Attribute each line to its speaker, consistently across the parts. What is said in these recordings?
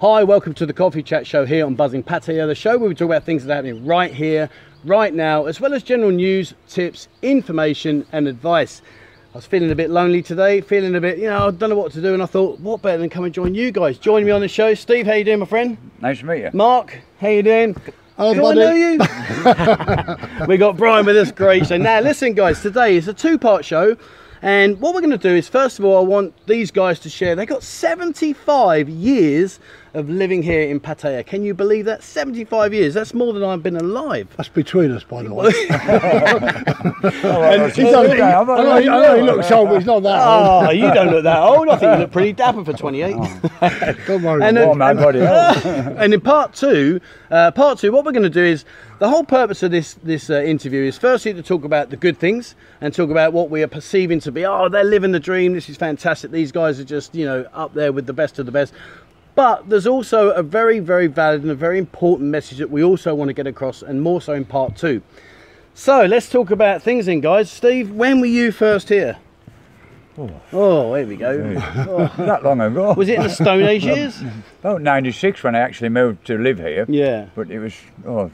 Speaker 1: Hi, welcome to the Coffee Chat Show here on Buzzing Patio, the show where we talk about things that are happening right here, right now, as well as general news, tips, information, and advice. I was feeling a bit lonely today, feeling a bit, you know, I don't know what to do, and I thought, what better than come and join you guys? Joining me on the show, Steve, how you doing, my friend?
Speaker 2: Nice to meet you.
Speaker 1: Mark, how you doing?
Speaker 3: Hello,
Speaker 1: Do
Speaker 3: buddy.
Speaker 1: I know you? we got Brian with us, great. So now, listen, guys, today is a two-part show, and what we're going to do is, first of all, I want these guys to share. They got 75 years of living here in Pattaya. Can you believe that? 75 years. That's more than I've been alive.
Speaker 3: That's between us, by the way. He
Speaker 2: Oh,
Speaker 3: don't-
Speaker 2: okay, I'm not
Speaker 3: I know,
Speaker 2: like
Speaker 3: I know he
Speaker 2: you.
Speaker 3: looks old, but he's not that old.
Speaker 1: Oh, you don't look that old. I think you look pretty dapper for 28.
Speaker 3: Don't worry.
Speaker 1: and
Speaker 3: about
Speaker 2: Oh, man, bloody hell.
Speaker 1: and in part two, uh, part two, what we're going to do is the whole purpose of this this uh, interview is firstly to talk about the good things and talk about what we are perceiving to be. Oh, they're living the dream. This is fantastic. These guys are just you know up there with the best of the best. But there's also a very, very valid and a very important message that we also want to get across, and more so in part two. So let's talk about things then, guys. Steve, when were you first here? Oh, here we go.
Speaker 2: Not long ago.
Speaker 1: Was it in the Stone Age years?
Speaker 2: About 96 when I actually moved to live here.
Speaker 1: Yeah.
Speaker 2: But it was, oh,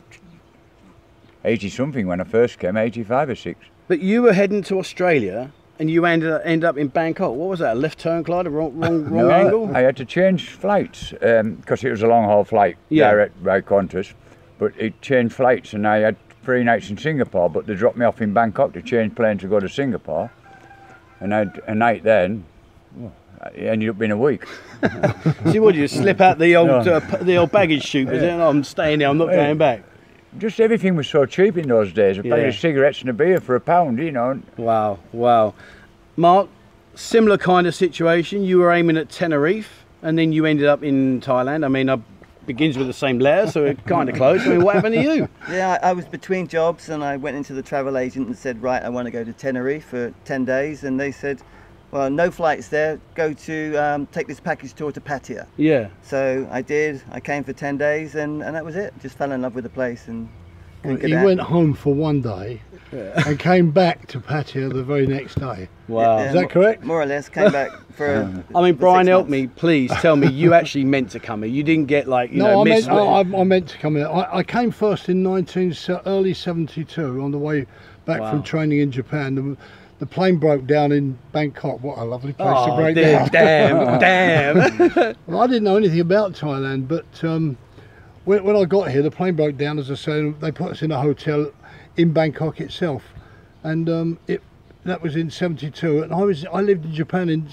Speaker 2: 80 something when I first came, 85 or 6.
Speaker 1: But you were heading to Australia and you ended up, end up in Bangkok. What was that? A left turn, Clyde? A wrong, wrong, wrong
Speaker 2: No, I-
Speaker 1: angle?
Speaker 2: I had to change flights because it was a long haul flight,
Speaker 1: Yeah.
Speaker 2: direct by Qantas. But it changed flights, and I had three nights in Singapore. But they dropped me off in Bangkok to change plane to go to Singapore, and I had a night then. It ended up being a week.
Speaker 1: See, what did you slip out the old,
Speaker 2: No.
Speaker 1: uh, p- the old baggage chute? was it? "No, I'm staying here, I'm not
Speaker 2: Yeah.
Speaker 1: going back.
Speaker 2: Just everything was so cheap in those days. A packet
Speaker 1: Yeah.
Speaker 2: of cigarettes and a beer for a pound, you know.
Speaker 1: Wow, wow. Mark, similar kind of situation. You were aiming at Tenerife and then you ended up in Thailand. I mean, I begins with the same letter, so it kind of close. I mean, what happened to you?
Speaker 4: Yeah, I, I was between jobs and I went into the travel agent and said, right, I want to go to Tenerife for 10 days. And they said, well, no flights there. Go to, um, take this package tour to Pattaya.
Speaker 1: Yeah.
Speaker 4: So I did. I came for 10 days and, and that was it. Just fell in love with the place and couldn't
Speaker 3: it.
Speaker 4: get
Speaker 3: He
Speaker 4: out.
Speaker 3: went home for one day and came back to Pattaya the very next day.
Speaker 1: Wow.
Speaker 4: Yeah,
Speaker 3: Is that
Speaker 4: mo-
Speaker 3: correct?
Speaker 4: More or less. Came back for.
Speaker 1: I mean,
Speaker 4: for
Speaker 1: Brian,
Speaker 4: six
Speaker 1: help
Speaker 4: months.
Speaker 1: me, please tell me you actually meant to come here. You didn't get like, you
Speaker 3: no,
Speaker 1: know,
Speaker 3: I,
Speaker 1: miss.
Speaker 3: meant, I, I- I meant to come here. I, I came first in 19, se- early 72 on the way back
Speaker 1: Wow.
Speaker 3: from training in Japan. The, the plane broke down in Bangkok. What a lovely place to
Speaker 1: Oh,
Speaker 3: break
Speaker 1: dear, damn,
Speaker 3: down.
Speaker 1: damn.
Speaker 3: Well, I didn't know anything about Thailand, but um, when, when I got here, the plane broke down, as I said. They put us in a hotel in Bangkok itself, and um, it that was in '72. And I was I lived in Japan in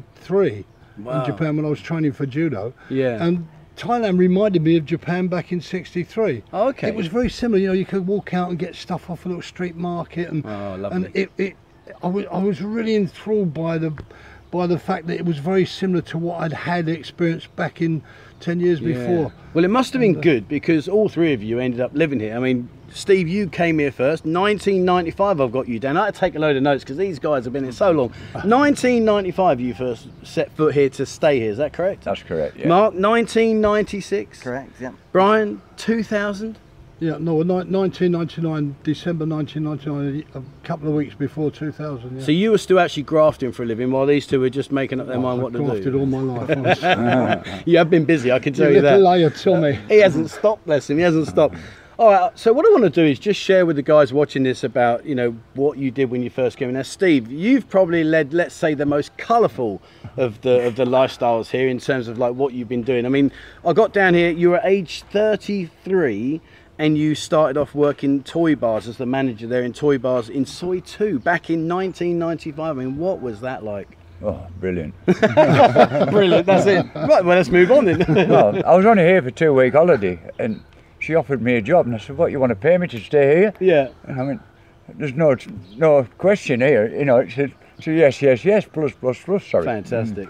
Speaker 3: '63
Speaker 1: Wow.
Speaker 3: in Japan when I was training for judo.
Speaker 1: Yeah.
Speaker 3: and. Thailand reminded me of Japan back in '63.
Speaker 1: Okay.
Speaker 3: it was very similar. You know, you could walk out and get stuff off a little street market, and
Speaker 1: Oh, lovely.
Speaker 3: and it, it I, was, I was really enthralled by the by the fact that it was very similar to what I'd had experienced back in 10 years before.
Speaker 1: Well, it must have been good because all three of you ended up living here. I mean, Steve, you came here first. 1995, I've got you down. I had to take a load of notes because these guys have been here so long. 1995, you first set foot here to stay here. Is that correct?
Speaker 2: That's correct. Yeah.
Speaker 1: Mark, 1996.
Speaker 4: Correct, yeah.
Speaker 1: Brian, 2000.
Speaker 3: Yeah, no, ni- 1999, December 1999, a couple of weeks before 2000. Yeah.
Speaker 1: So you were still actually grafting for a living while these two were just making up their mind
Speaker 3: I've
Speaker 1: what to
Speaker 3: grafted
Speaker 1: do.
Speaker 3: all my life. honestly.
Speaker 1: You have been busy, I can
Speaker 3: you
Speaker 1: tell you that.
Speaker 3: little liar, Tommy.
Speaker 1: he hasn't stopped, bless him. He hasn't stopped. All right. So what I want to do is just share with the guys watching this about you know what you did when you first came. in. Now, Steve, you've probably led, let's say, the most colourful of the of the lifestyles here in terms of like what you've been doing. I mean, I got down here. You were age thirty three. And you started off working toy bars as the manager there in toy bars in Soy 2 back in 1995. I mean, what was that like?
Speaker 2: Oh, brilliant.
Speaker 1: Brilliant, that's it. Right, well, let's move on then.
Speaker 2: well, I was only here for two week holiday, and she offered me a job, and I said, "What you want to pay me to stay here?"
Speaker 1: yeah.
Speaker 2: And I went, "There's no no question here, you know." She said, so yes, yes, yes, plus, plus, plus. Sorry.
Speaker 1: Fantastic.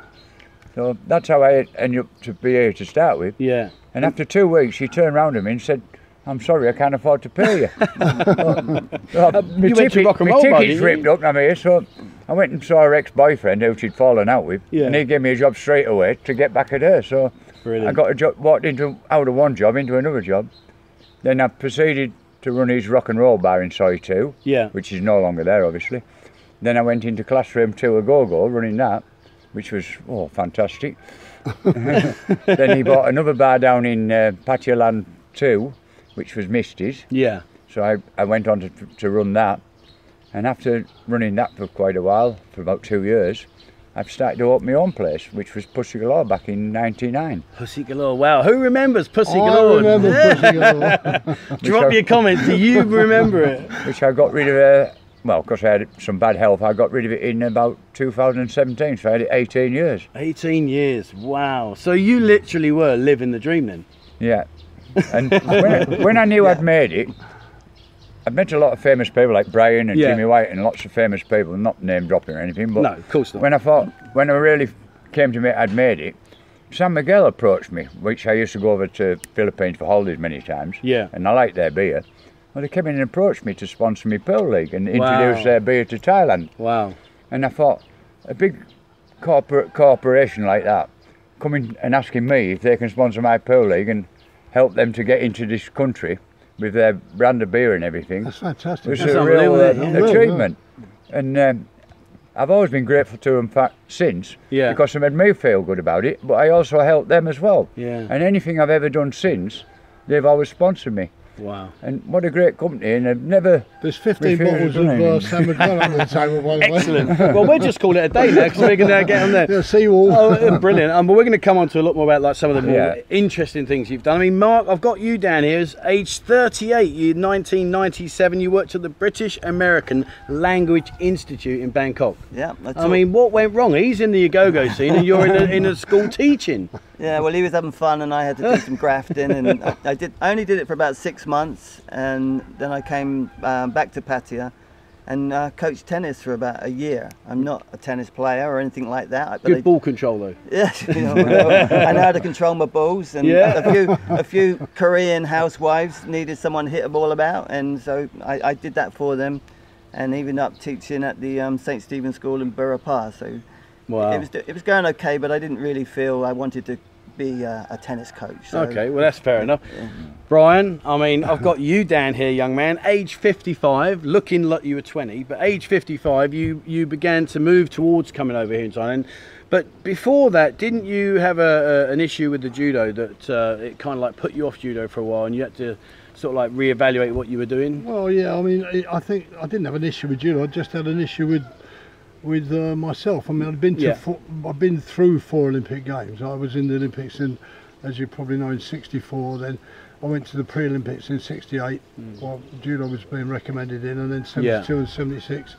Speaker 2: So that's how I ended up to be here to start with.
Speaker 1: Yeah.
Speaker 2: And after two weeks, she turned round to me and said. I'm sorry, I can't afford to pay you. Well, my
Speaker 1: Uh, you went to Rock and
Speaker 2: my
Speaker 1: Roll Bar, didn't
Speaker 2: ticket's
Speaker 1: you?
Speaker 2: ripped up, and I'm here, so I went and saw her ex-boyfriend, who she'd fallen out with,
Speaker 1: Yeah.
Speaker 2: and he gave me a job straight away to get back at her. So
Speaker 1: Brilliant.
Speaker 2: I got a job, walked into out of one job into another job. Then I proceeded to run his rock and roll bar in Soy 2,
Speaker 1: Yeah.
Speaker 2: which is no longer there, obviously. Then I went into Classroom 2 a go go, running that, which was oh, fantastic. then he bought another bar down in uh, Patio Land 2, which was Misty's.
Speaker 1: Yeah.
Speaker 2: So I, I went on to, to run that. And after running that for quite a while, for about two years, I've started to open my own place, which was Pussy Galore back in 99.
Speaker 1: Pussy galore. Wow. Who remembers Pussy
Speaker 3: I
Speaker 1: galore?
Speaker 3: remember pushing along.
Speaker 1: Drop your comments. Do you remember it?
Speaker 2: which I got rid of. Uh, well, because I had some bad health, I got rid of it in about 2017. So I had it 18 years.
Speaker 1: 18 years. Wow. So you literally were living the dream then.
Speaker 2: Yeah. And when, I- when I knew I'd made it, I've met a lot of famous people like Brian and
Speaker 1: Yeah.
Speaker 2: Jimmy White and lots of famous people. Not name dropping or anything, but
Speaker 1: No, of course not.
Speaker 2: When I thought, when I really came to me, I'd made it. San Miguel approached me, which I used to go over to Philippines for holidays many times.
Speaker 1: Yeah.
Speaker 2: And I liked their beer. Well, they came in and approached me to sponsor me Pearl League and introduce
Speaker 1: Wow.
Speaker 2: their beer to Thailand.
Speaker 1: Wow.
Speaker 2: And I thought, a big corporate corporation like that coming and asking me if they can sponsor my pool league and help them to get into this country with their brand of beer and everything
Speaker 3: That's fantastic.
Speaker 2: was
Speaker 1: That's
Speaker 2: a real
Speaker 1: unbelievable,
Speaker 2: uh,
Speaker 1: isn't
Speaker 3: it? Yeah.
Speaker 2: achievement. And um, I've always been grateful to them fact, since
Speaker 1: Yeah.
Speaker 2: because they made me feel good about it, but I also helped them as well.
Speaker 1: Yeah.
Speaker 2: And anything I've ever done since, they've always sponsored me.
Speaker 1: Wow.
Speaker 2: And what a great company, and I've never
Speaker 3: There's 15
Speaker 2: Refuse
Speaker 3: bottles of
Speaker 2: blame.
Speaker 3: uh, San Miguel on the table, by the way.
Speaker 1: Excellent. well, we'll just call it a day now because we're going to get on there.
Speaker 3: Yeah, see you all.
Speaker 1: Oh, brilliant! Um, but we're going to come on to a lot more about like some of the more
Speaker 2: Yeah.
Speaker 1: interesting things you've done. I mean, Mark, I've got you down here as age 38. You 1997. You worked at the British American Language Institute in Bangkok.
Speaker 4: Yeah,
Speaker 1: I mean, what went wrong? He's in the go-go scene, and you're in a, in a school teaching.
Speaker 4: Yeah, well, he was having fun, and I had to do some grafting, and I, I did. I only did it for about six months, and then I came um, back to Pattaya, and uh, coached tennis for about a year. I'm not a tennis player or anything like that. But I,
Speaker 1: Good ball control, though.
Speaker 4: Yeah, you know, I know how to control my balls, and
Speaker 1: Yeah.
Speaker 4: a few a few Korean housewives needed someone to hit a ball about, and so I, I did that for them, and even up teaching at the um, St Stephen's School in Borough Park. So
Speaker 1: Wow.
Speaker 4: it was it was going okay, but I didn't really feel I wanted to be uh, a tennis coach. So.
Speaker 1: Okay, well that's fair enough. Brian, I mean, I've got you down here, young man, age 55, looking like you were 20, but age 55, you you began to move towards coming over here in Thailand. But before that, didn't you have a, a an issue with the judo that uh, it kind of like put you off judo for a while, and you had to sort of like reevaluate what you were doing?
Speaker 3: Well, yeah, I mean, I- I think I didn't have an issue with you. I just had an issue with with uh, myself. I mean, I'd been to
Speaker 1: Yeah.
Speaker 3: four, I've been through four Olympic Games. I was in the Olympics in, as you probably know, in '64. Then I went to the pre-Olympics in '68. While judo was being recommended in, and then
Speaker 1: Mm. Yeah.
Speaker 3: '72 and '76.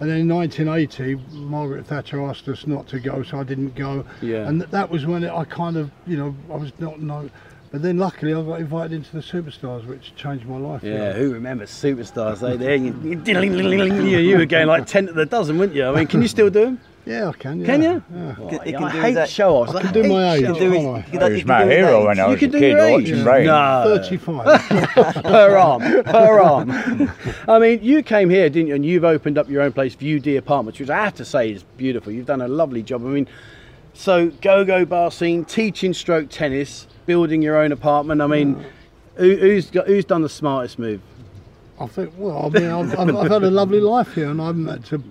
Speaker 3: And then in 1980, Margaret Thatcher asked us not to go, so I didn't go.
Speaker 1: Yeah.
Speaker 3: And th- that was when it, I kind of, you know, I was not no. But then luckily, I got invited into the Superstars, which changed my life. you know.
Speaker 1: Yeah, who remembers superstars? eh? They there, you, you, you were going like ten to the dozen, weren't you? I mean, can you still do them?
Speaker 3: Yeah, I can. Yeah.
Speaker 1: Can you?
Speaker 3: Yeah.
Speaker 1: Oh,
Speaker 4: Can- it
Speaker 1: yeah,
Speaker 4: can
Speaker 1: I
Speaker 4: do
Speaker 1: hate
Speaker 4: that-
Speaker 1: show-offs. I
Speaker 3: can do
Speaker 1: hate
Speaker 3: my age.
Speaker 4: You can do his-
Speaker 3: Oh,
Speaker 4: you can-
Speaker 2: he
Speaker 4: you
Speaker 2: was
Speaker 4: can
Speaker 2: my
Speaker 4: do his
Speaker 2: hero
Speaker 4: age.
Speaker 2: when I
Speaker 1: You
Speaker 2: was a
Speaker 1: could do
Speaker 2: kid
Speaker 1: your age.
Speaker 2: watching Brian.
Speaker 1: No.
Speaker 3: 35.
Speaker 1: per arm, per arm. I mean, you came here, didn't you? And you've opened up your own place, View D Apartments, which I have to say is beautiful. You've done a lovely job. I mean, so go-go bar scene, teaching stroke tennis, building your own apartment. I mean, who, who's got, who's done the smartest move?
Speaker 3: I think. Well, I mean, I've, I've, I've had a lovely life here, and I'm had to,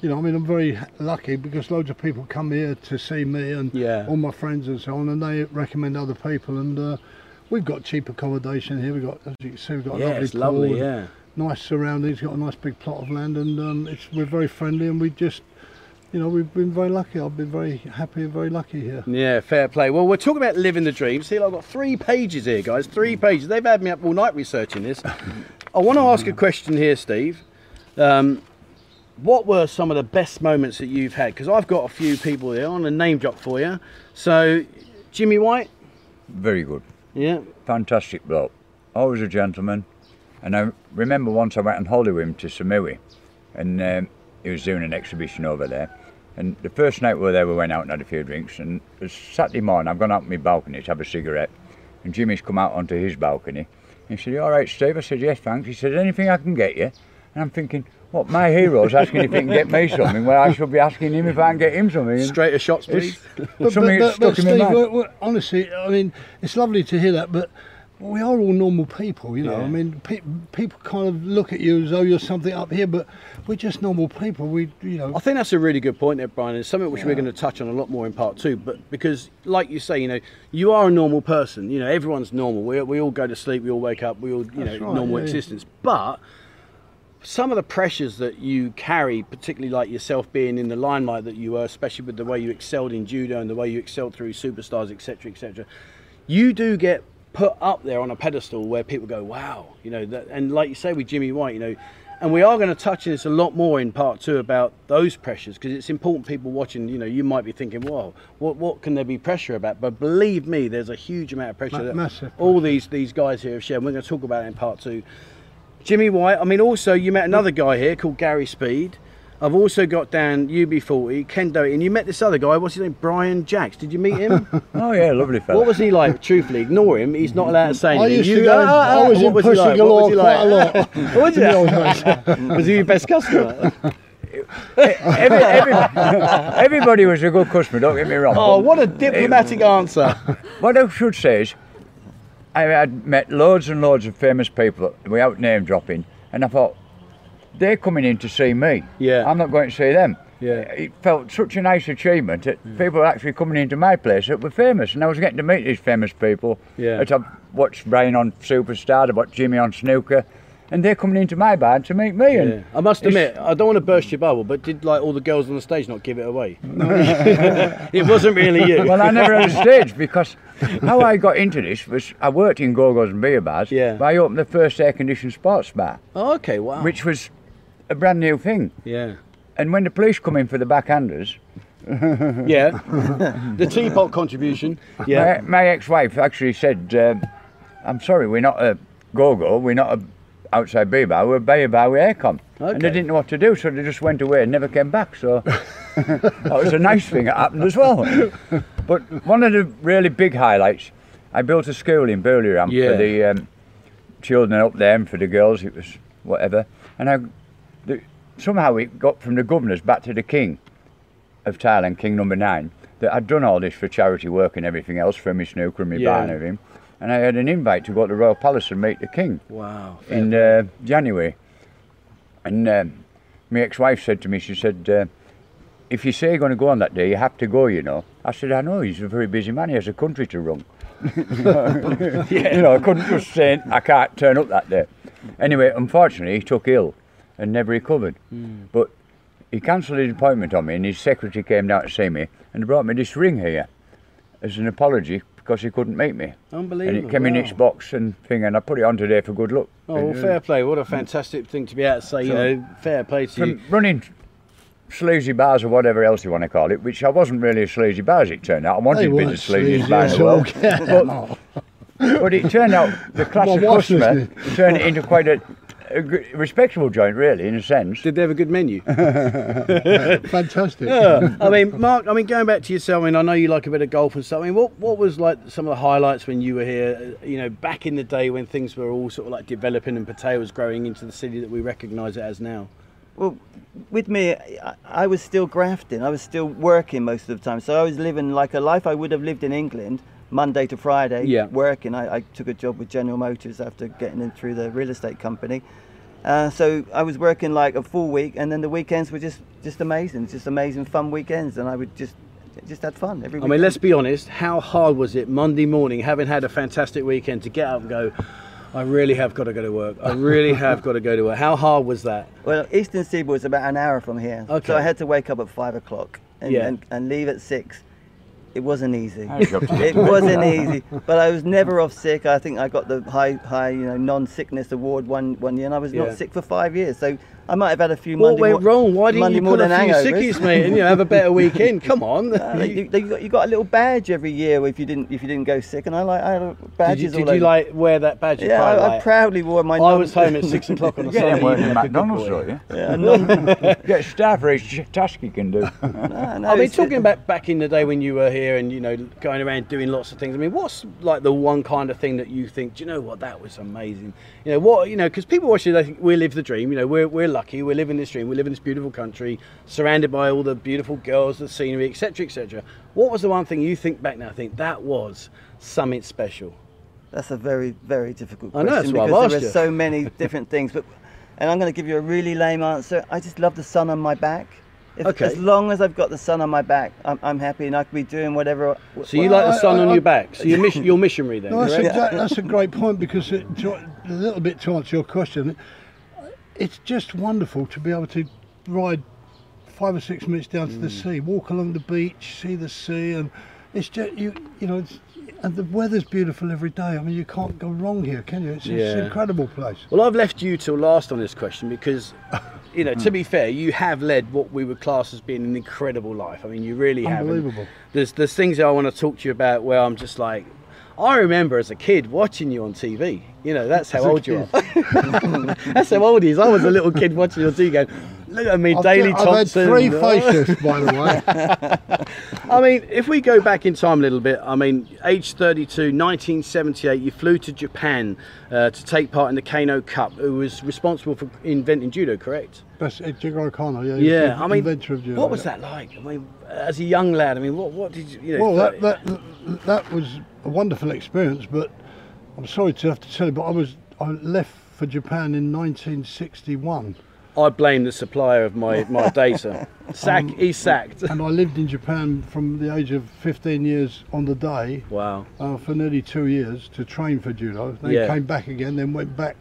Speaker 3: you know, I mean, I'm very lucky because loads of people come here to see me and
Speaker 1: Yeah.
Speaker 3: all my friends and so on, and they recommend other people, and uh, we've got cheap accommodation here. We've got, as you can see, we've got a
Speaker 1: Yeah,
Speaker 3: lovely
Speaker 1: it's lovely.
Speaker 3: pool and
Speaker 1: yeah,
Speaker 3: nice surroundings. Got a nice big plot of land, and um, it's we're very friendly, and we just. You know, we've been very lucky. I've been very happy and very lucky here.
Speaker 1: yeah. Fair play. Well, we're talking about living the dream. See, I've got three pages here, guys. Three pages. They've had me up all night researching this. I want to ask a question here, Steve. Um, what were some of the best moments that you've had? Because I've got a few people here on a name drop for you. So, Jimmy White,
Speaker 2: Very good.
Speaker 1: yeah,
Speaker 2: fantastic bloke, always a gentleman. And I remember once I went on holiday with him to Samui, and um, he was doing an exhibition over there. And the first night we were there, we went out and had a few drinks. And it was Saturday morning, I've gone out on my balcony to have a cigarette, and Jimmy's come out onto his balcony. He said, "You all right, Steve?" I said, "Yes, thanks." He said, "Anything I can get you?" And I'm thinking, "What? My hero's asking if he can get me something, where I should be asking him if I can get him something." And
Speaker 1: straighter shots,
Speaker 2: it's-
Speaker 1: please.
Speaker 2: something that stuck in my
Speaker 3: Steve,
Speaker 2: mind.
Speaker 3: we're- we're- honestly, I mean, it's lovely to hear that, but well, we are all normal people, you know.
Speaker 1: Yeah.
Speaker 3: I mean, pe- people kind of look at you as though you're something up here, but we're just normal people. We, you know,
Speaker 1: I think that's a really good point there, Brian. It's something which we're going to touch on a lot more in part two. But because, like you say, you know, you are a normal person. You know, everyone's normal. We, we all go to sleep. We all wake up. We all, you
Speaker 3: That's
Speaker 1: know,
Speaker 3: right,
Speaker 1: normal
Speaker 3: yeah, yeah.
Speaker 1: existence. But some of the pressures that you carry, particularly like yourself being in the limelight that you were, especially with the way you excelled in judo and the way you excelled through superstars, etc., etc., you do get put up there on a pedestal where people go, "Wow," you know. That, and like you say with Jimmy White, you know, and we are going to touch on this a lot more in part two about those pressures because it's important. People watching, you know, you might be thinking, "Wow, what what can there be pressure about?" But believe me, there's a huge amount of pressure.
Speaker 3: Ma-
Speaker 1: that
Speaker 3: massive
Speaker 1: All these these guys here have shared. and We're going to talk about it in part two. Jimmy White. I mean, also you met another guy here called Gary Speed. I've also got down UB40, Ken Doty, and you met this other guy. What's his name? Brian Jacks. Did you meet him?
Speaker 2: Oh yeah, lovely fella.
Speaker 1: what was he like? Truthfully, ignore him. He's not allowed to say
Speaker 3: I
Speaker 1: anything.
Speaker 3: used
Speaker 1: You
Speaker 3: to
Speaker 1: go,
Speaker 3: go. and-
Speaker 1: "Ah, ah,
Speaker 3: I was
Speaker 1: what
Speaker 3: in
Speaker 1: was he
Speaker 3: pushing
Speaker 1: like? What was
Speaker 3: along
Speaker 1: he
Speaker 3: quite a
Speaker 1: like?"
Speaker 3: lot.
Speaker 1: Was
Speaker 3: in the old
Speaker 1: he?
Speaker 3: days.
Speaker 1: Was he your best customer?
Speaker 2: Every- every- everybody was a good customer. Don't get me wrong.
Speaker 1: Oh, what a diplomatic answer.
Speaker 2: What I should say is, I had met loads and loads of famous people without name dropping, and I thought they're coming in to see me.
Speaker 1: Yeah.
Speaker 2: I'm not going to see them.
Speaker 1: Yeah.
Speaker 2: It felt such a nice achievement that
Speaker 1: Mm.
Speaker 2: people were actually coming into my place that were famous, and I was getting to meet these famous people.
Speaker 1: Yeah.
Speaker 2: That I've watched Brian on Superstar, I watched Jimmy on Snooker, and they're coming into my bar to meet me.
Speaker 1: Yeah.
Speaker 2: And
Speaker 1: I must
Speaker 2: it's-
Speaker 1: admit, I don't want to burst your bubble, but did like all the girls on the stage not give it away? it wasn't really you.
Speaker 2: Well, I never had a stage because how I got into this was I worked in Gorgos and Beer Bars.
Speaker 1: Yeah.
Speaker 2: But I opened the first air conditioned sports bar,
Speaker 1: Oh, okay, wow.
Speaker 2: which was a brand new thing.
Speaker 1: yeah.
Speaker 2: And when the police come in for the backhanders,
Speaker 1: Yeah. the teapot contribution. Yeah.
Speaker 2: my, my ex wife actually said, um, I'm sorry, we're not a Gorgo, we're not a outside beer bar, we're a beer bar with aircon. And
Speaker 1: Okay.
Speaker 2: they didn't know what to do, so they just went away and never came back. So that was a nice thing that happened as well. But one of the really big highlights, I built a school in Burleyram
Speaker 1: Yeah.
Speaker 2: for the um, children up there and for the girls, it was whatever. And I, the, somehow it got from the governors back to the king of Thailand, king number nine, that I'd done all this for charity work and everything else for me snooker and me
Speaker 1: Yeah.
Speaker 2: bar and everything. And I had an invite to go to Royal Palace and meet the king
Speaker 1: Wow.
Speaker 2: in uh, January. And um, my ex-wife said to me, she said, uh, if you say you're going to go on that day, you have to go, you know. I said, I know, he's a very busy man, he has a country to run. You know, I couldn't just say, I can't turn up that day. Anyway, unfortunately, he took ill and never recovered. But he cancelled his appointment on me and his secretary came down to see me and brought me this ring here as an apology because he couldn't meet me.
Speaker 1: Unbelievable,
Speaker 2: And it came in
Speaker 1: wow.
Speaker 2: its box and thing and I put it on today for good luck.
Speaker 1: Oh, well, fair play. What a fantastic thing to be out to say, you know, fair play to you.
Speaker 2: from running sleazy bars or whatever else you want to call it, which I wasn't really a sleazy bar as it turned out. I wanted
Speaker 3: They
Speaker 2: to be
Speaker 3: weren't
Speaker 2: the sleaziest
Speaker 3: sleazy
Speaker 2: bar in
Speaker 3: at
Speaker 2: the
Speaker 3: all.
Speaker 2: world. But, but it turned out the classic
Speaker 3: My wife's
Speaker 2: customer
Speaker 3: listening.
Speaker 2: turned it into quite a, a g- respectable joint, really, in a sense.
Speaker 1: Did they have a good menu?
Speaker 3: Fantastic.
Speaker 1: Yeah. I mean, Mark. I mean, going back to yourself. I mean, I know you like a bit of golf and stuff. I mean, what what was like some of the highlights when you were here? uh, You know, back in the day when things were all sort of like developing and Patea was growing into the city that we recognise it as now.
Speaker 4: Well, with me, I, I was still grafting. I was still working most of the time. So I was living like a life I would have lived in England, Monday to Friday,
Speaker 1: Yeah.
Speaker 4: working. I, I took a job with General Motors after getting in through the real estate company. Uh, so I was working like a full week, and then the weekends were just just amazing, just amazing fun weekends, and I would just just had fun every.
Speaker 1: I mean, let's be honest. How hard was it Monday morning, having had a fantastic weekend, to get up and go? I really have got to go to work. I really have got to go to work. How hard was that?
Speaker 4: Well, Eastern Seaboard is about an hour from here,
Speaker 1: Okay.
Speaker 4: so I had to wake up at five o'clock and,
Speaker 1: Yeah.
Speaker 4: and, and leave at six. It wasn't easy.
Speaker 2: I was up to
Speaker 4: it wasn't easy, but I was never off sick. I think I got the high, high, you know, non-sickness award one one year, and I was
Speaker 1: Yeah.
Speaker 4: not sick for five years. So I might have had a few.
Speaker 1: What
Speaker 4: Monday
Speaker 1: went
Speaker 4: mor-
Speaker 1: wrong? Why didn't
Speaker 4: Monday
Speaker 1: you pull a
Speaker 4: morning
Speaker 1: few
Speaker 4: hangovers.
Speaker 1: sickies, mate, and you know, have a better weekend? Come on.
Speaker 4: Uh, you, they- you got, you got a little badge every year if you didn't if you didn't go sick, and I like I had
Speaker 1: did
Speaker 4: badges
Speaker 1: you,
Speaker 4: all
Speaker 1: did you
Speaker 4: over.
Speaker 1: like wear that badge? of
Speaker 4: yeah,
Speaker 1: pride,
Speaker 4: I, I
Speaker 1: like,
Speaker 4: proudly wore my.
Speaker 1: I was home at six o'clock on a
Speaker 2: You get them
Speaker 1: Sunday.
Speaker 2: working
Speaker 1: evening,
Speaker 2: at
Speaker 1: like a good
Speaker 2: McDonald's,
Speaker 1: boy.
Speaker 2: don't you?
Speaker 4: Yeah, no,
Speaker 2: Get a star for each task you can do.
Speaker 4: no, no,
Speaker 1: I mean,
Speaker 4: it's-
Speaker 1: talking
Speaker 4: it-
Speaker 1: about back in the day when you were here and you know going around doing lots of things. I mean, what's like the one kind of thing that you think? Do you know what that was amazing? You know what? You know, because people watch it, they think we live the dream. You know, we're we're lucky. We're living this dream. We live in this beautiful country, surrounded by all the beautiful girls, the scenery, etc., etc. What was the one thing you think back now? I think that was something special.
Speaker 4: That's a very, very difficult
Speaker 1: I
Speaker 4: question
Speaker 1: know, that's why I've
Speaker 4: because there
Speaker 1: asked
Speaker 4: are
Speaker 1: you.
Speaker 4: so many different things. But and I'm going to give you a really lame answer. I just love the sun on my back. If,
Speaker 1: Okay.
Speaker 4: As long as I've got the sun on my back, I'm, I'm happy, and I could be doing whatever.
Speaker 1: So you
Speaker 3: Well,
Speaker 1: like the
Speaker 3: I-
Speaker 1: sun
Speaker 3: I-
Speaker 1: on
Speaker 3: I-
Speaker 1: your back. So you're, mis- you're missionary then,
Speaker 3: No, that's,
Speaker 1: correct?
Speaker 3: a, that- that's a great point because it, to, a little bit to answer your question, it's just wonderful to be able to ride five or six minutes down to the
Speaker 1: Mm.
Speaker 3: sea, walk along the beach, see the sea, and it's just you you know, it's, and the weather's beautiful every day. I mean, you can't go wrong here, can you? It's, it's
Speaker 1: Yeah.
Speaker 3: an incredible place.
Speaker 1: Well, I've left you till last on this question because, you know, to
Speaker 3: Hmm.
Speaker 1: be fair, you have led what we would class as being an incredible life. I mean, you really have. And
Speaker 3: Unbelievable.
Speaker 1: There's there's things that I want to talk to you about where I'm just like, I remember as a kid watching you on TV. You know, that's how
Speaker 3: a
Speaker 1: old you are. that's how old he is. I was a little kid watching you on TV going, look at me,
Speaker 3: I've,
Speaker 1: Daily
Speaker 3: ju- I've had
Speaker 1: Thompson.
Speaker 3: three faces, by the way.
Speaker 1: I mean, if we go back in time a little bit, I mean, age 32, 1978, you flew to Japan uh, to take part in the Kano Cup, who was responsible for inventing judo, correct?
Speaker 3: That's it, Jigoro Kano, yeah. he was
Speaker 1: Yeah,
Speaker 3: the
Speaker 1: I mean,
Speaker 3: inventor of judo,
Speaker 1: what was
Speaker 3: yeah.
Speaker 1: that like? I mean, as a young lad, I mean, what, what did you, you know,
Speaker 3: Well, that,
Speaker 1: th-
Speaker 3: that that was a wonderful experience, but I'm sorry to have to tell you, but I was I left for Japan in 1961,
Speaker 1: I blame the supplier of my, my data.
Speaker 3: Um,
Speaker 1: Sack, he's sacked.
Speaker 3: and I lived in Japan from the age of 15 years on the day
Speaker 1: Wow.
Speaker 3: uh, for nearly two years to train for judo. Then
Speaker 1: Yeah.
Speaker 3: came back again, then went back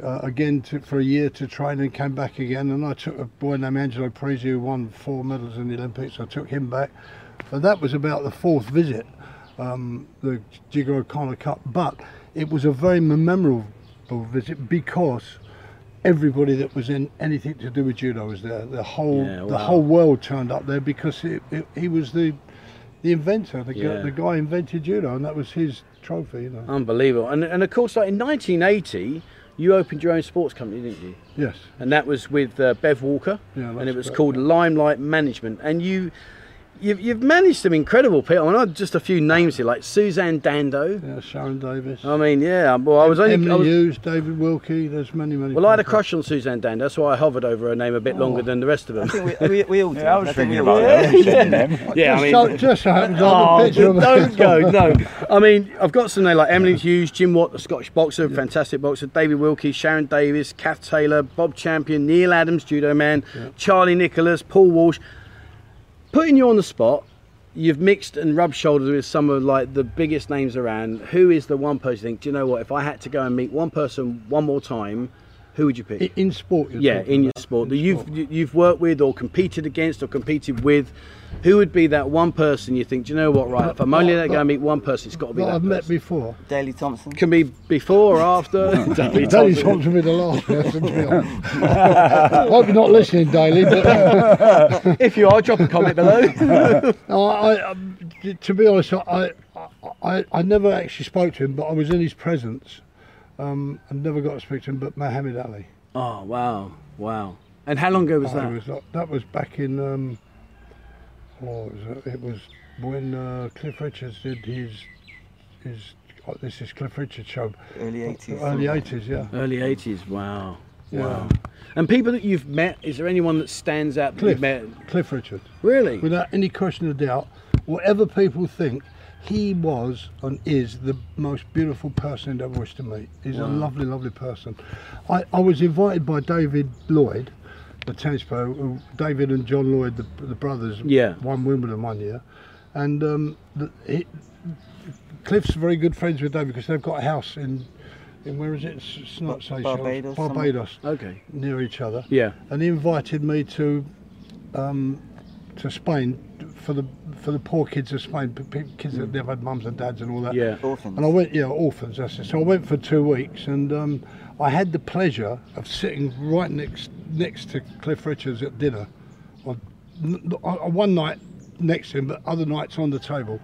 Speaker 3: uh, again to, for a year to train, and came back again. And I took a boy named Angelo Parisi who won four medals in the Olympics. I took him back, and that was about the fourth visit, um, the Jigoro Kano Cup. But it was a very memorable visit because. Everybody that was in anything to do with judo was there. The whole
Speaker 1: Yeah,
Speaker 3: the
Speaker 1: wow.
Speaker 3: whole world turned up there because it, it, he was the the inventor, the,
Speaker 1: Yeah.
Speaker 3: guy, the guy invented judo, and that was his trophy, you know.
Speaker 1: Uh-huh. Unbelievable. And, and of course, like in 1980, you opened your own sports company, didn't you?
Speaker 3: yes.
Speaker 1: and that was with uh, Bev Walker,
Speaker 3: Yeah,
Speaker 1: and it
Speaker 3: that's
Speaker 1: was
Speaker 3: correct,
Speaker 1: called Limelight Management. And you, you've, you've managed some incredible people. I mean, I've just a few names here, like Suzanne Dando.
Speaker 3: Yeah, Sharon Davis.
Speaker 1: I mean, yeah. Well, Uh, I was only.
Speaker 3: Emily
Speaker 1: I was-
Speaker 3: Hughes, David Wilkie, there's many, many.
Speaker 1: well, I had a
Speaker 3: people.
Speaker 1: crush on Suzanne Dando. That's why I hovered over her name a bit longer than the rest of
Speaker 4: I
Speaker 1: them.
Speaker 4: think we, we, we all do.
Speaker 2: Yeah, I was
Speaker 4: think
Speaker 2: thinking
Speaker 4: we
Speaker 2: about
Speaker 4: all do.
Speaker 2: that. sending them.
Speaker 1: yeah, I
Speaker 3: Just
Speaker 1: mean.
Speaker 3: so, just so happens
Speaker 1: Oh,
Speaker 3: I have a picture of her.
Speaker 1: don't go, no. I mean, I've got some names like Emily Hughes, Jim Watt, the Scottish boxer, fantastic boxer, David Wilkie, Sharon Davis, Kath Taylor, Bob Champion, Neil Adams, judo man, Charlie Nicholas, Paul Walsh. Putting you on the spot, you've mixed and rubbed shoulders with some of like the biggest names around. Who is the one person you think, do you know what, if I had to go and meet one person one more time, who would you pick?
Speaker 3: I- In sport, you're
Speaker 1: yeah,
Speaker 3: talking
Speaker 1: in your
Speaker 3: about.
Speaker 1: sport
Speaker 3: In
Speaker 1: that you've you- you've worked with or competed against or competed with, who would be that one person you think? Do you know what? Right, if I'm only going to meet one person, it's got to be
Speaker 3: That
Speaker 1: that.
Speaker 3: I've met
Speaker 1: person."
Speaker 3: before.
Speaker 4: Daley Thompson.
Speaker 1: Can be before or after. Don't be
Speaker 3: Daly
Speaker 1: told.
Speaker 3: talked to me the last person. to be honest. Hope you're not listening, Daly. But uh,
Speaker 1: if you are, drop a comment below.
Speaker 3: no, I, I, to be honest, I, I, I, I never actually spoke to him, but I was in his presence. Um, I never got to speak to him, but Muhammad Ali.
Speaker 1: oh wow, wow! And how long ago was
Speaker 3: That
Speaker 1: that?
Speaker 3: was, not- that was back in. Um, oh, it was, it was when uh, Cliff Richards did his his. oh, this is Cliff Richards show.
Speaker 4: Early 80s.
Speaker 3: Early eighties, yeah.
Speaker 1: Early '80s. Wow,
Speaker 3: Yeah.
Speaker 1: wow. And people that you've met, is there anyone that stands out that
Speaker 3: Cliff,
Speaker 1: you've met?
Speaker 3: Cliff Richards,
Speaker 1: Really?
Speaker 3: without any question of doubt, whatever people think, he was and is the most beautiful person that I wish to meet. He's a lovely, lovely person. I, I was invited by David Lloyd, the tennis player. who- David and John Lloyd, the, the brothers,
Speaker 1: Yeah.
Speaker 3: won Wimbledon one year, and um, the, he, Cliff's very good friends with David because they've got a house in, in where is it? It's, it's not Seychelles,
Speaker 4: Barbados, somewhere.
Speaker 3: Barbados,
Speaker 1: Okay.
Speaker 3: near each other.
Speaker 1: Yeah.
Speaker 3: And he invited me to, um, to Spain for the for the poor kids of Spain, p- p- kids that never had mums and dads and all that.
Speaker 1: Yeah.
Speaker 4: Orphans.
Speaker 3: And I went, yeah, orphans. That's it. So I went for two weeks, and um, I had the pleasure of sitting right next next to Cliff Richards at dinner. On, n- on- one night next to him, but other nights on the table.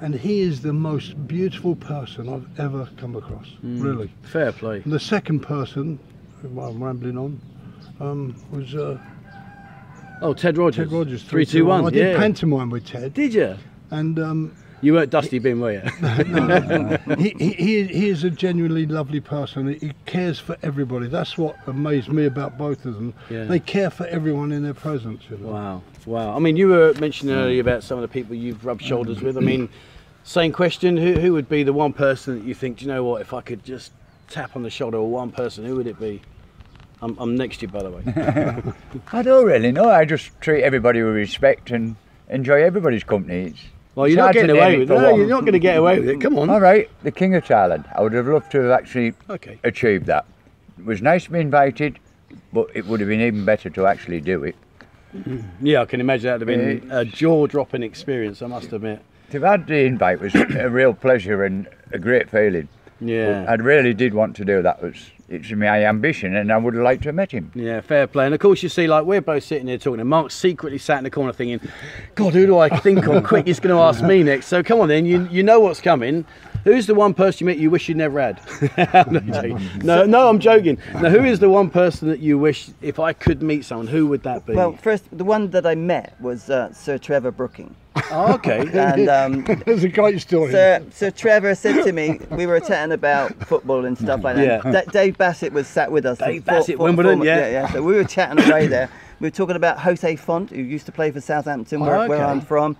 Speaker 3: And he is the most beautiful person I've ever come across. Really.
Speaker 1: Fair play.
Speaker 3: And the second person, who I'm rambling on, um, was uh,
Speaker 1: Oh, Ted Rogers.
Speaker 3: Ted Rogers.
Speaker 1: Three, two, one.
Speaker 3: I did
Speaker 1: yeah.
Speaker 3: pantomime with Ted,
Speaker 1: Did you?
Speaker 3: and um,
Speaker 1: You weren't Dusty Bin, were you?
Speaker 3: he, he- he, he is a genuinely lovely person. He cares for everybody. That's what amazed me about both of them.
Speaker 1: Yeah.
Speaker 3: They care for everyone in their presence. You know?
Speaker 1: Wow, wow. I mean, you were mentioning earlier about some of the people you've rubbed shoulders with. I mean, Same question. Who, who would be the one person that you think, do you know what, if I could just tap on the shoulder of one person, who would it be? I'm, I'm next to you, by the way.
Speaker 2: I don't really know. I just treat everybody with respect and enjoy everybody's company. It's,
Speaker 1: Well,
Speaker 2: it's
Speaker 1: you're not
Speaker 2: hard to
Speaker 1: getting
Speaker 2: name
Speaker 1: away
Speaker 2: it
Speaker 1: with
Speaker 2: for
Speaker 1: it. No,
Speaker 2: one.
Speaker 1: you're not going to get away with it. Come on.
Speaker 2: All right, the King of Thailand. I would have loved to have actually
Speaker 1: Okay.
Speaker 2: achieved that. It was nice to be invited, but it would have been even better to actually do it.
Speaker 1: Yeah, I can imagine that would have been a jaw dropping experience, I must admit.
Speaker 2: To have had the invite was a real pleasure and a great feeling.
Speaker 1: Yeah.
Speaker 2: I really did want to do that. Was it's my ambition, and I would have liked to have met him.
Speaker 1: Yeah, fair play. And of course, you see, like we're both sitting here talking, and Mark's secretly sat in the corner thinking, "God, who do I think of? Quick, he's going to ask me next." So come on, then you you know what's coming. Who's the one person you met you wish you never had? no, I'm joking. no, no, I'm joking. Now, who is the one person that you wish, if I could meet someone, who would that be?
Speaker 4: Well, first, the one that I met was uh, Sir Trevor Brooking.
Speaker 1: oh, okay.
Speaker 4: And um,
Speaker 3: That's a great story.
Speaker 4: Sir, Sir Trevor said to me, we were chatting about football and stuff like that.
Speaker 1: Yeah.
Speaker 4: Da- Dave Bassett was sat with us.
Speaker 1: Dave Bassett, Wimbledon,
Speaker 4: former-
Speaker 1: yeah.
Speaker 4: yeah. So we were chatting away there. We were talking about Jose Font, who used to play for Southampton, where,
Speaker 1: Oh,
Speaker 4: where
Speaker 1: okay.
Speaker 4: I'm from.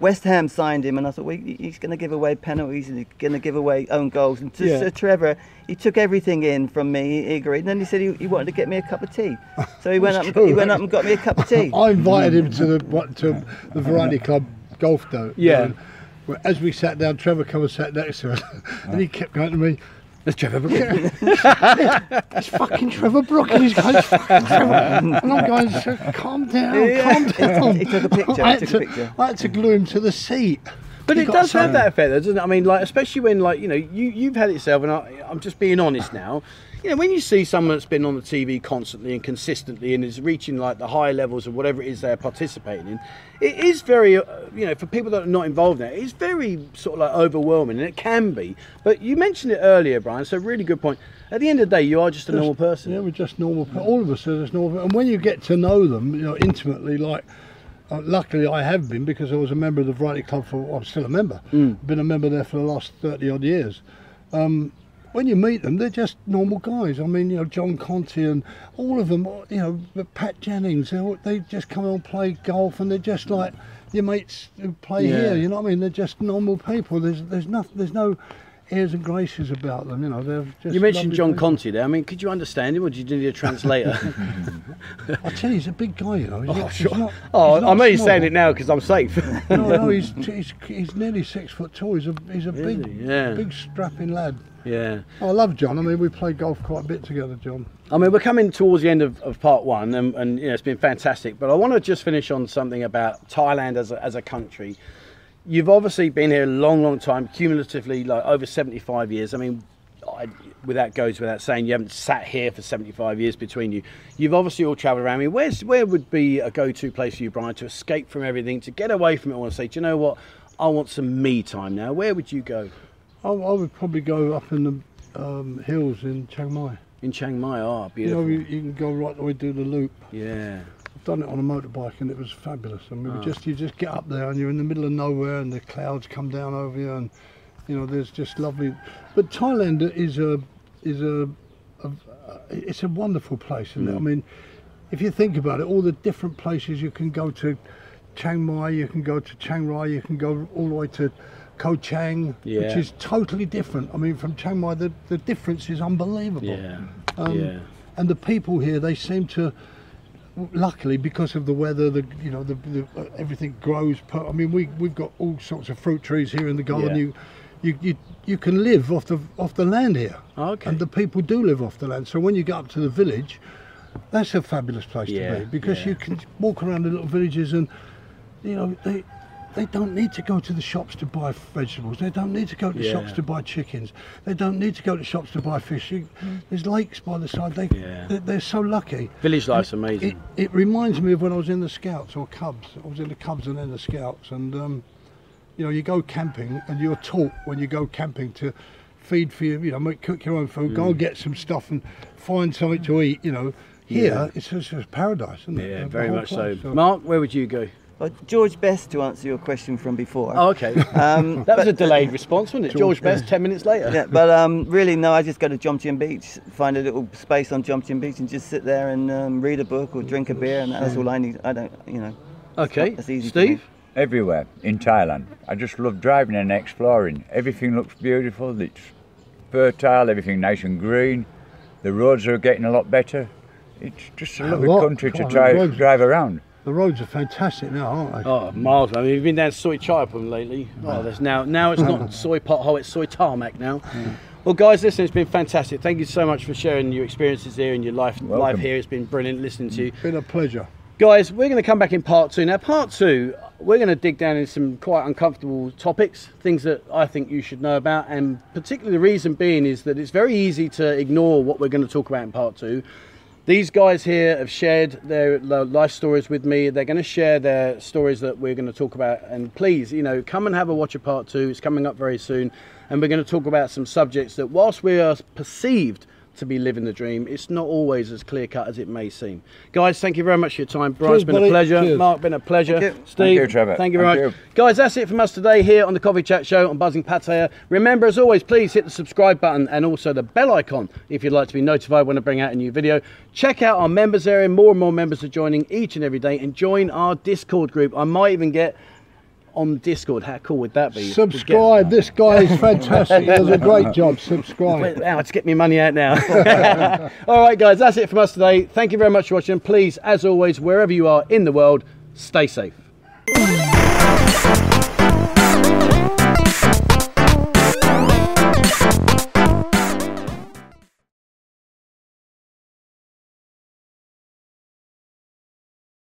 Speaker 4: West Ham signed him, and I thought, well, he- he's going to give away penalties and he's going to give away own goals. And to
Speaker 1: Yeah.
Speaker 4: Sir Trevor, he took everything in from me. He agreed, and then he said he, he wanted to get me a cup of tea. So he went up. And, he
Speaker 3: true.
Speaker 4: went up and got me a cup of tea.
Speaker 3: I invited him to the what, to the variety club golf though.
Speaker 1: Yeah.
Speaker 3: Well, As we sat down, Trevor come and sat next to us, and he kept going to me. It's Trevor Brooking. it's fucking Trevor Brooking. He's going, "It's fucking Trevor. And I'm going, "Sir, calm down, calm down.
Speaker 4: He took a picture,
Speaker 3: I had,
Speaker 4: took a
Speaker 3: to,
Speaker 4: picture.
Speaker 3: I had to glue him to the seat.
Speaker 1: But
Speaker 3: He
Speaker 1: it
Speaker 3: got
Speaker 1: does
Speaker 3: so-
Speaker 1: have that effect, though, doesn't it? I mean, like especially when, like, you know, you you've had it yourself, and I, I'm just being honest now. You know, when you see someone that's been on the TV constantly and consistently and is reaching like the high levels of whatever it is they're participating in, it is very, uh, you know, for people that are not involved in it, it's very sort of like overwhelming, and it can be. But you mentioned it earlier, Brian. So really good point. At the end of the day, you are just a normal person.
Speaker 3: Yeah, we're just normal. pe- All of us are just normal. And when you get to know them, you know, intimately, like, uh, luckily I have been because I was a member of the Variety Club for, well, I'm still a member,
Speaker 1: Mm.
Speaker 3: been a member there for the last 30 odd years. Um, when you meet them, they're just normal guys. I mean, you know, John Conti and all of them, you know, but Pat Jennings, they all- they just come and play golf and they're just like your mates who play
Speaker 1: Yeah.
Speaker 3: here, you know what I mean? They're just normal people. There's there's nothing, there's no airs and graces about them, you know. They're just
Speaker 1: You mentioned
Speaker 3: lovely
Speaker 1: John
Speaker 3: people.
Speaker 1: Conti there. I mean, could you understand him, or did you need a translator?
Speaker 3: I tell you, he's a big guy, you know. He's not, he's not-
Speaker 1: oh,
Speaker 3: he's not
Speaker 1: I'm only
Speaker 3: small.
Speaker 1: saying it now because I'm safe.
Speaker 3: No, no, he's, he's he's nearly six foot tall. He's a he's a
Speaker 1: Is
Speaker 3: big,
Speaker 1: he? Yeah.
Speaker 3: big strapping lad.
Speaker 1: yeah.
Speaker 3: I love John. I mean, we play golf quite a bit together, John.
Speaker 1: I mean, we're coming towards the end of, of part one, and, and you know, it's been fantastic. But I want to just finish on something about Thailand as a, as a country. You've obviously been here a long, long time, cumulatively, like over 75 years. I mean, I, without goes without saying, you haven't sat here for 75 years between you. You've obviously all travelled around. I mean, where's, where would be a go to place for you, Brian, to escape from everything, to get away from it all and say, do you know what? I want some me time now. Where would you go?
Speaker 3: I, I would probably go up in the um, hills in Chiang Mai.
Speaker 1: In Chiang Mai, ah,
Speaker 3: You know, Oh,
Speaker 1: beautiful.
Speaker 3: you, you can go right the way do the loop.
Speaker 1: yeah.
Speaker 3: I've done it on a motorbike, and it was fabulous. I mean,
Speaker 1: Ah.
Speaker 3: we just you just get up there, and you're in the middle of nowhere, and the clouds come down over you, and you know, there's just lovely. But Thailand is a is a, a it's a wonderful place, isn't
Speaker 1: Mm.
Speaker 3: it? I mean, if you think about it, all the different places you can go to, Chiang Mai, you can go to Chiang Rai, you can go all the way to Koh Chang, which
Speaker 1: Yeah.
Speaker 3: is totally different. I mean, from Chiang Mai, the, the difference is unbelievable.
Speaker 1: Yeah.
Speaker 3: Um,
Speaker 1: yeah.
Speaker 3: And the people here, they seem to, luckily, because of the weather, the you know, the, the uh, everything grows. Per, I mean, we we've got all sorts of fruit trees here in the garden.
Speaker 1: Yeah.
Speaker 3: You, you, you, you can live off the off the land here.
Speaker 1: Ah, Okay.
Speaker 3: And the people do live off the land. So when you get up to the village, that's a fabulous place
Speaker 1: Yeah,
Speaker 3: to be because
Speaker 1: yeah.
Speaker 3: you can walk around the little villages and, you know, they. They don't need to go to the shops to buy vegetables. They don't need to go to the shops
Speaker 1: Yeah.
Speaker 3: to buy chickens. They don't need to go to shops to buy fish. You, there's lakes by the side. They,
Speaker 1: Yeah.
Speaker 3: they, they're so lucky.
Speaker 1: Village life's amazing.
Speaker 3: It, it reminds me of when I was in the Scouts or Cubs. I was in the Cubs and then the Scouts, and um, you know, you go camping and you're taught when you go camping to feed for your, you know, make, cook your own food,
Speaker 1: Mm.
Speaker 3: go and get some stuff and find something to eat. You know, here it's just, just paradise, isn't it?
Speaker 1: Yeah,
Speaker 3: The
Speaker 1: very
Speaker 3: whole
Speaker 1: much so.
Speaker 3: place,
Speaker 1: Mark, where would you go?
Speaker 4: Well, George Best, to answer your question from before.
Speaker 1: Oh, okay.
Speaker 4: Um,
Speaker 1: that was a delayed response, wasn't it? George Best, 10 minutes later.
Speaker 4: yeah, but um, really, no, I just go to Jomtien Beach, find a little space on Jomtien Beach, and just sit there and um, read a book or drink a beer, and that's all I need. I don't, you know,
Speaker 1: Okay.
Speaker 4: that's easy. for me.
Speaker 1: Steve?
Speaker 2: everywhere in Thailand. I just love driving and exploring. Everything looks beautiful. It's fertile. Everything nice and green. The roads are getting a lot better. It's just a
Speaker 3: A
Speaker 2: lovely
Speaker 3: lot.
Speaker 2: country
Speaker 3: Come
Speaker 2: to
Speaker 3: on,
Speaker 2: drive
Speaker 3: roads.
Speaker 2: drive around.
Speaker 3: The roads are fantastic now, aren't they?
Speaker 1: Oh, miles. I mean, you've been down Soy Chaiapum lately. Oh, there's now now it's not soy pothole, it's soy tarmac now. Well, guys, listen, it's been fantastic. Thank you so much for sharing your experiences here and your life life
Speaker 2: Welcome.
Speaker 1: here. It's been brilliant listening to you,
Speaker 3: Been a pleasure.
Speaker 1: guys. We're going to come back in part two. Now, part two, we're going to dig down in some quite uncomfortable topics, things that I think you should know about, and particularly the reason being is that it's very easy to ignore what we're going to talk about in part two. These guys here have shared their lo- life stories with me. They're going to share their stories that we're going to talk about. And please, you know, come and have a watch of part two. It's coming up very soon. And we're going to talk about some subjects that, whilst we are perceived to be living the dream, it's not always as clear cut as it may seem. Guys, thank you very much for your time. Brian,
Speaker 3: Cheers,
Speaker 1: it's been a
Speaker 3: buddy.
Speaker 1: pleasure.
Speaker 3: Cheers.
Speaker 1: Mark, been a pleasure.
Speaker 4: Thank you.
Speaker 1: Steve,
Speaker 2: Thank you, Trevor.
Speaker 1: Thank you very
Speaker 2: Thank
Speaker 1: much. Guys, that's it from us today here on the Coffee Chat Show on Buzzing Pattaya. Remember, as always, please hit the subscribe button and also the bell icon if you'd like to be notified when I bring out a new video. Check out our members area. More and more members are joining each and every day and join our Discord group. I might even get on Discord. How cool would that be?
Speaker 3: Subscribe. This guy is fantastic. He does a great job.
Speaker 1: Wait,
Speaker 3: Subscribe.
Speaker 1: now to get me money out now. All right, guys, that's it from us today. Thank you very much for watching. Please, as always, wherever you are in the world, stay safe.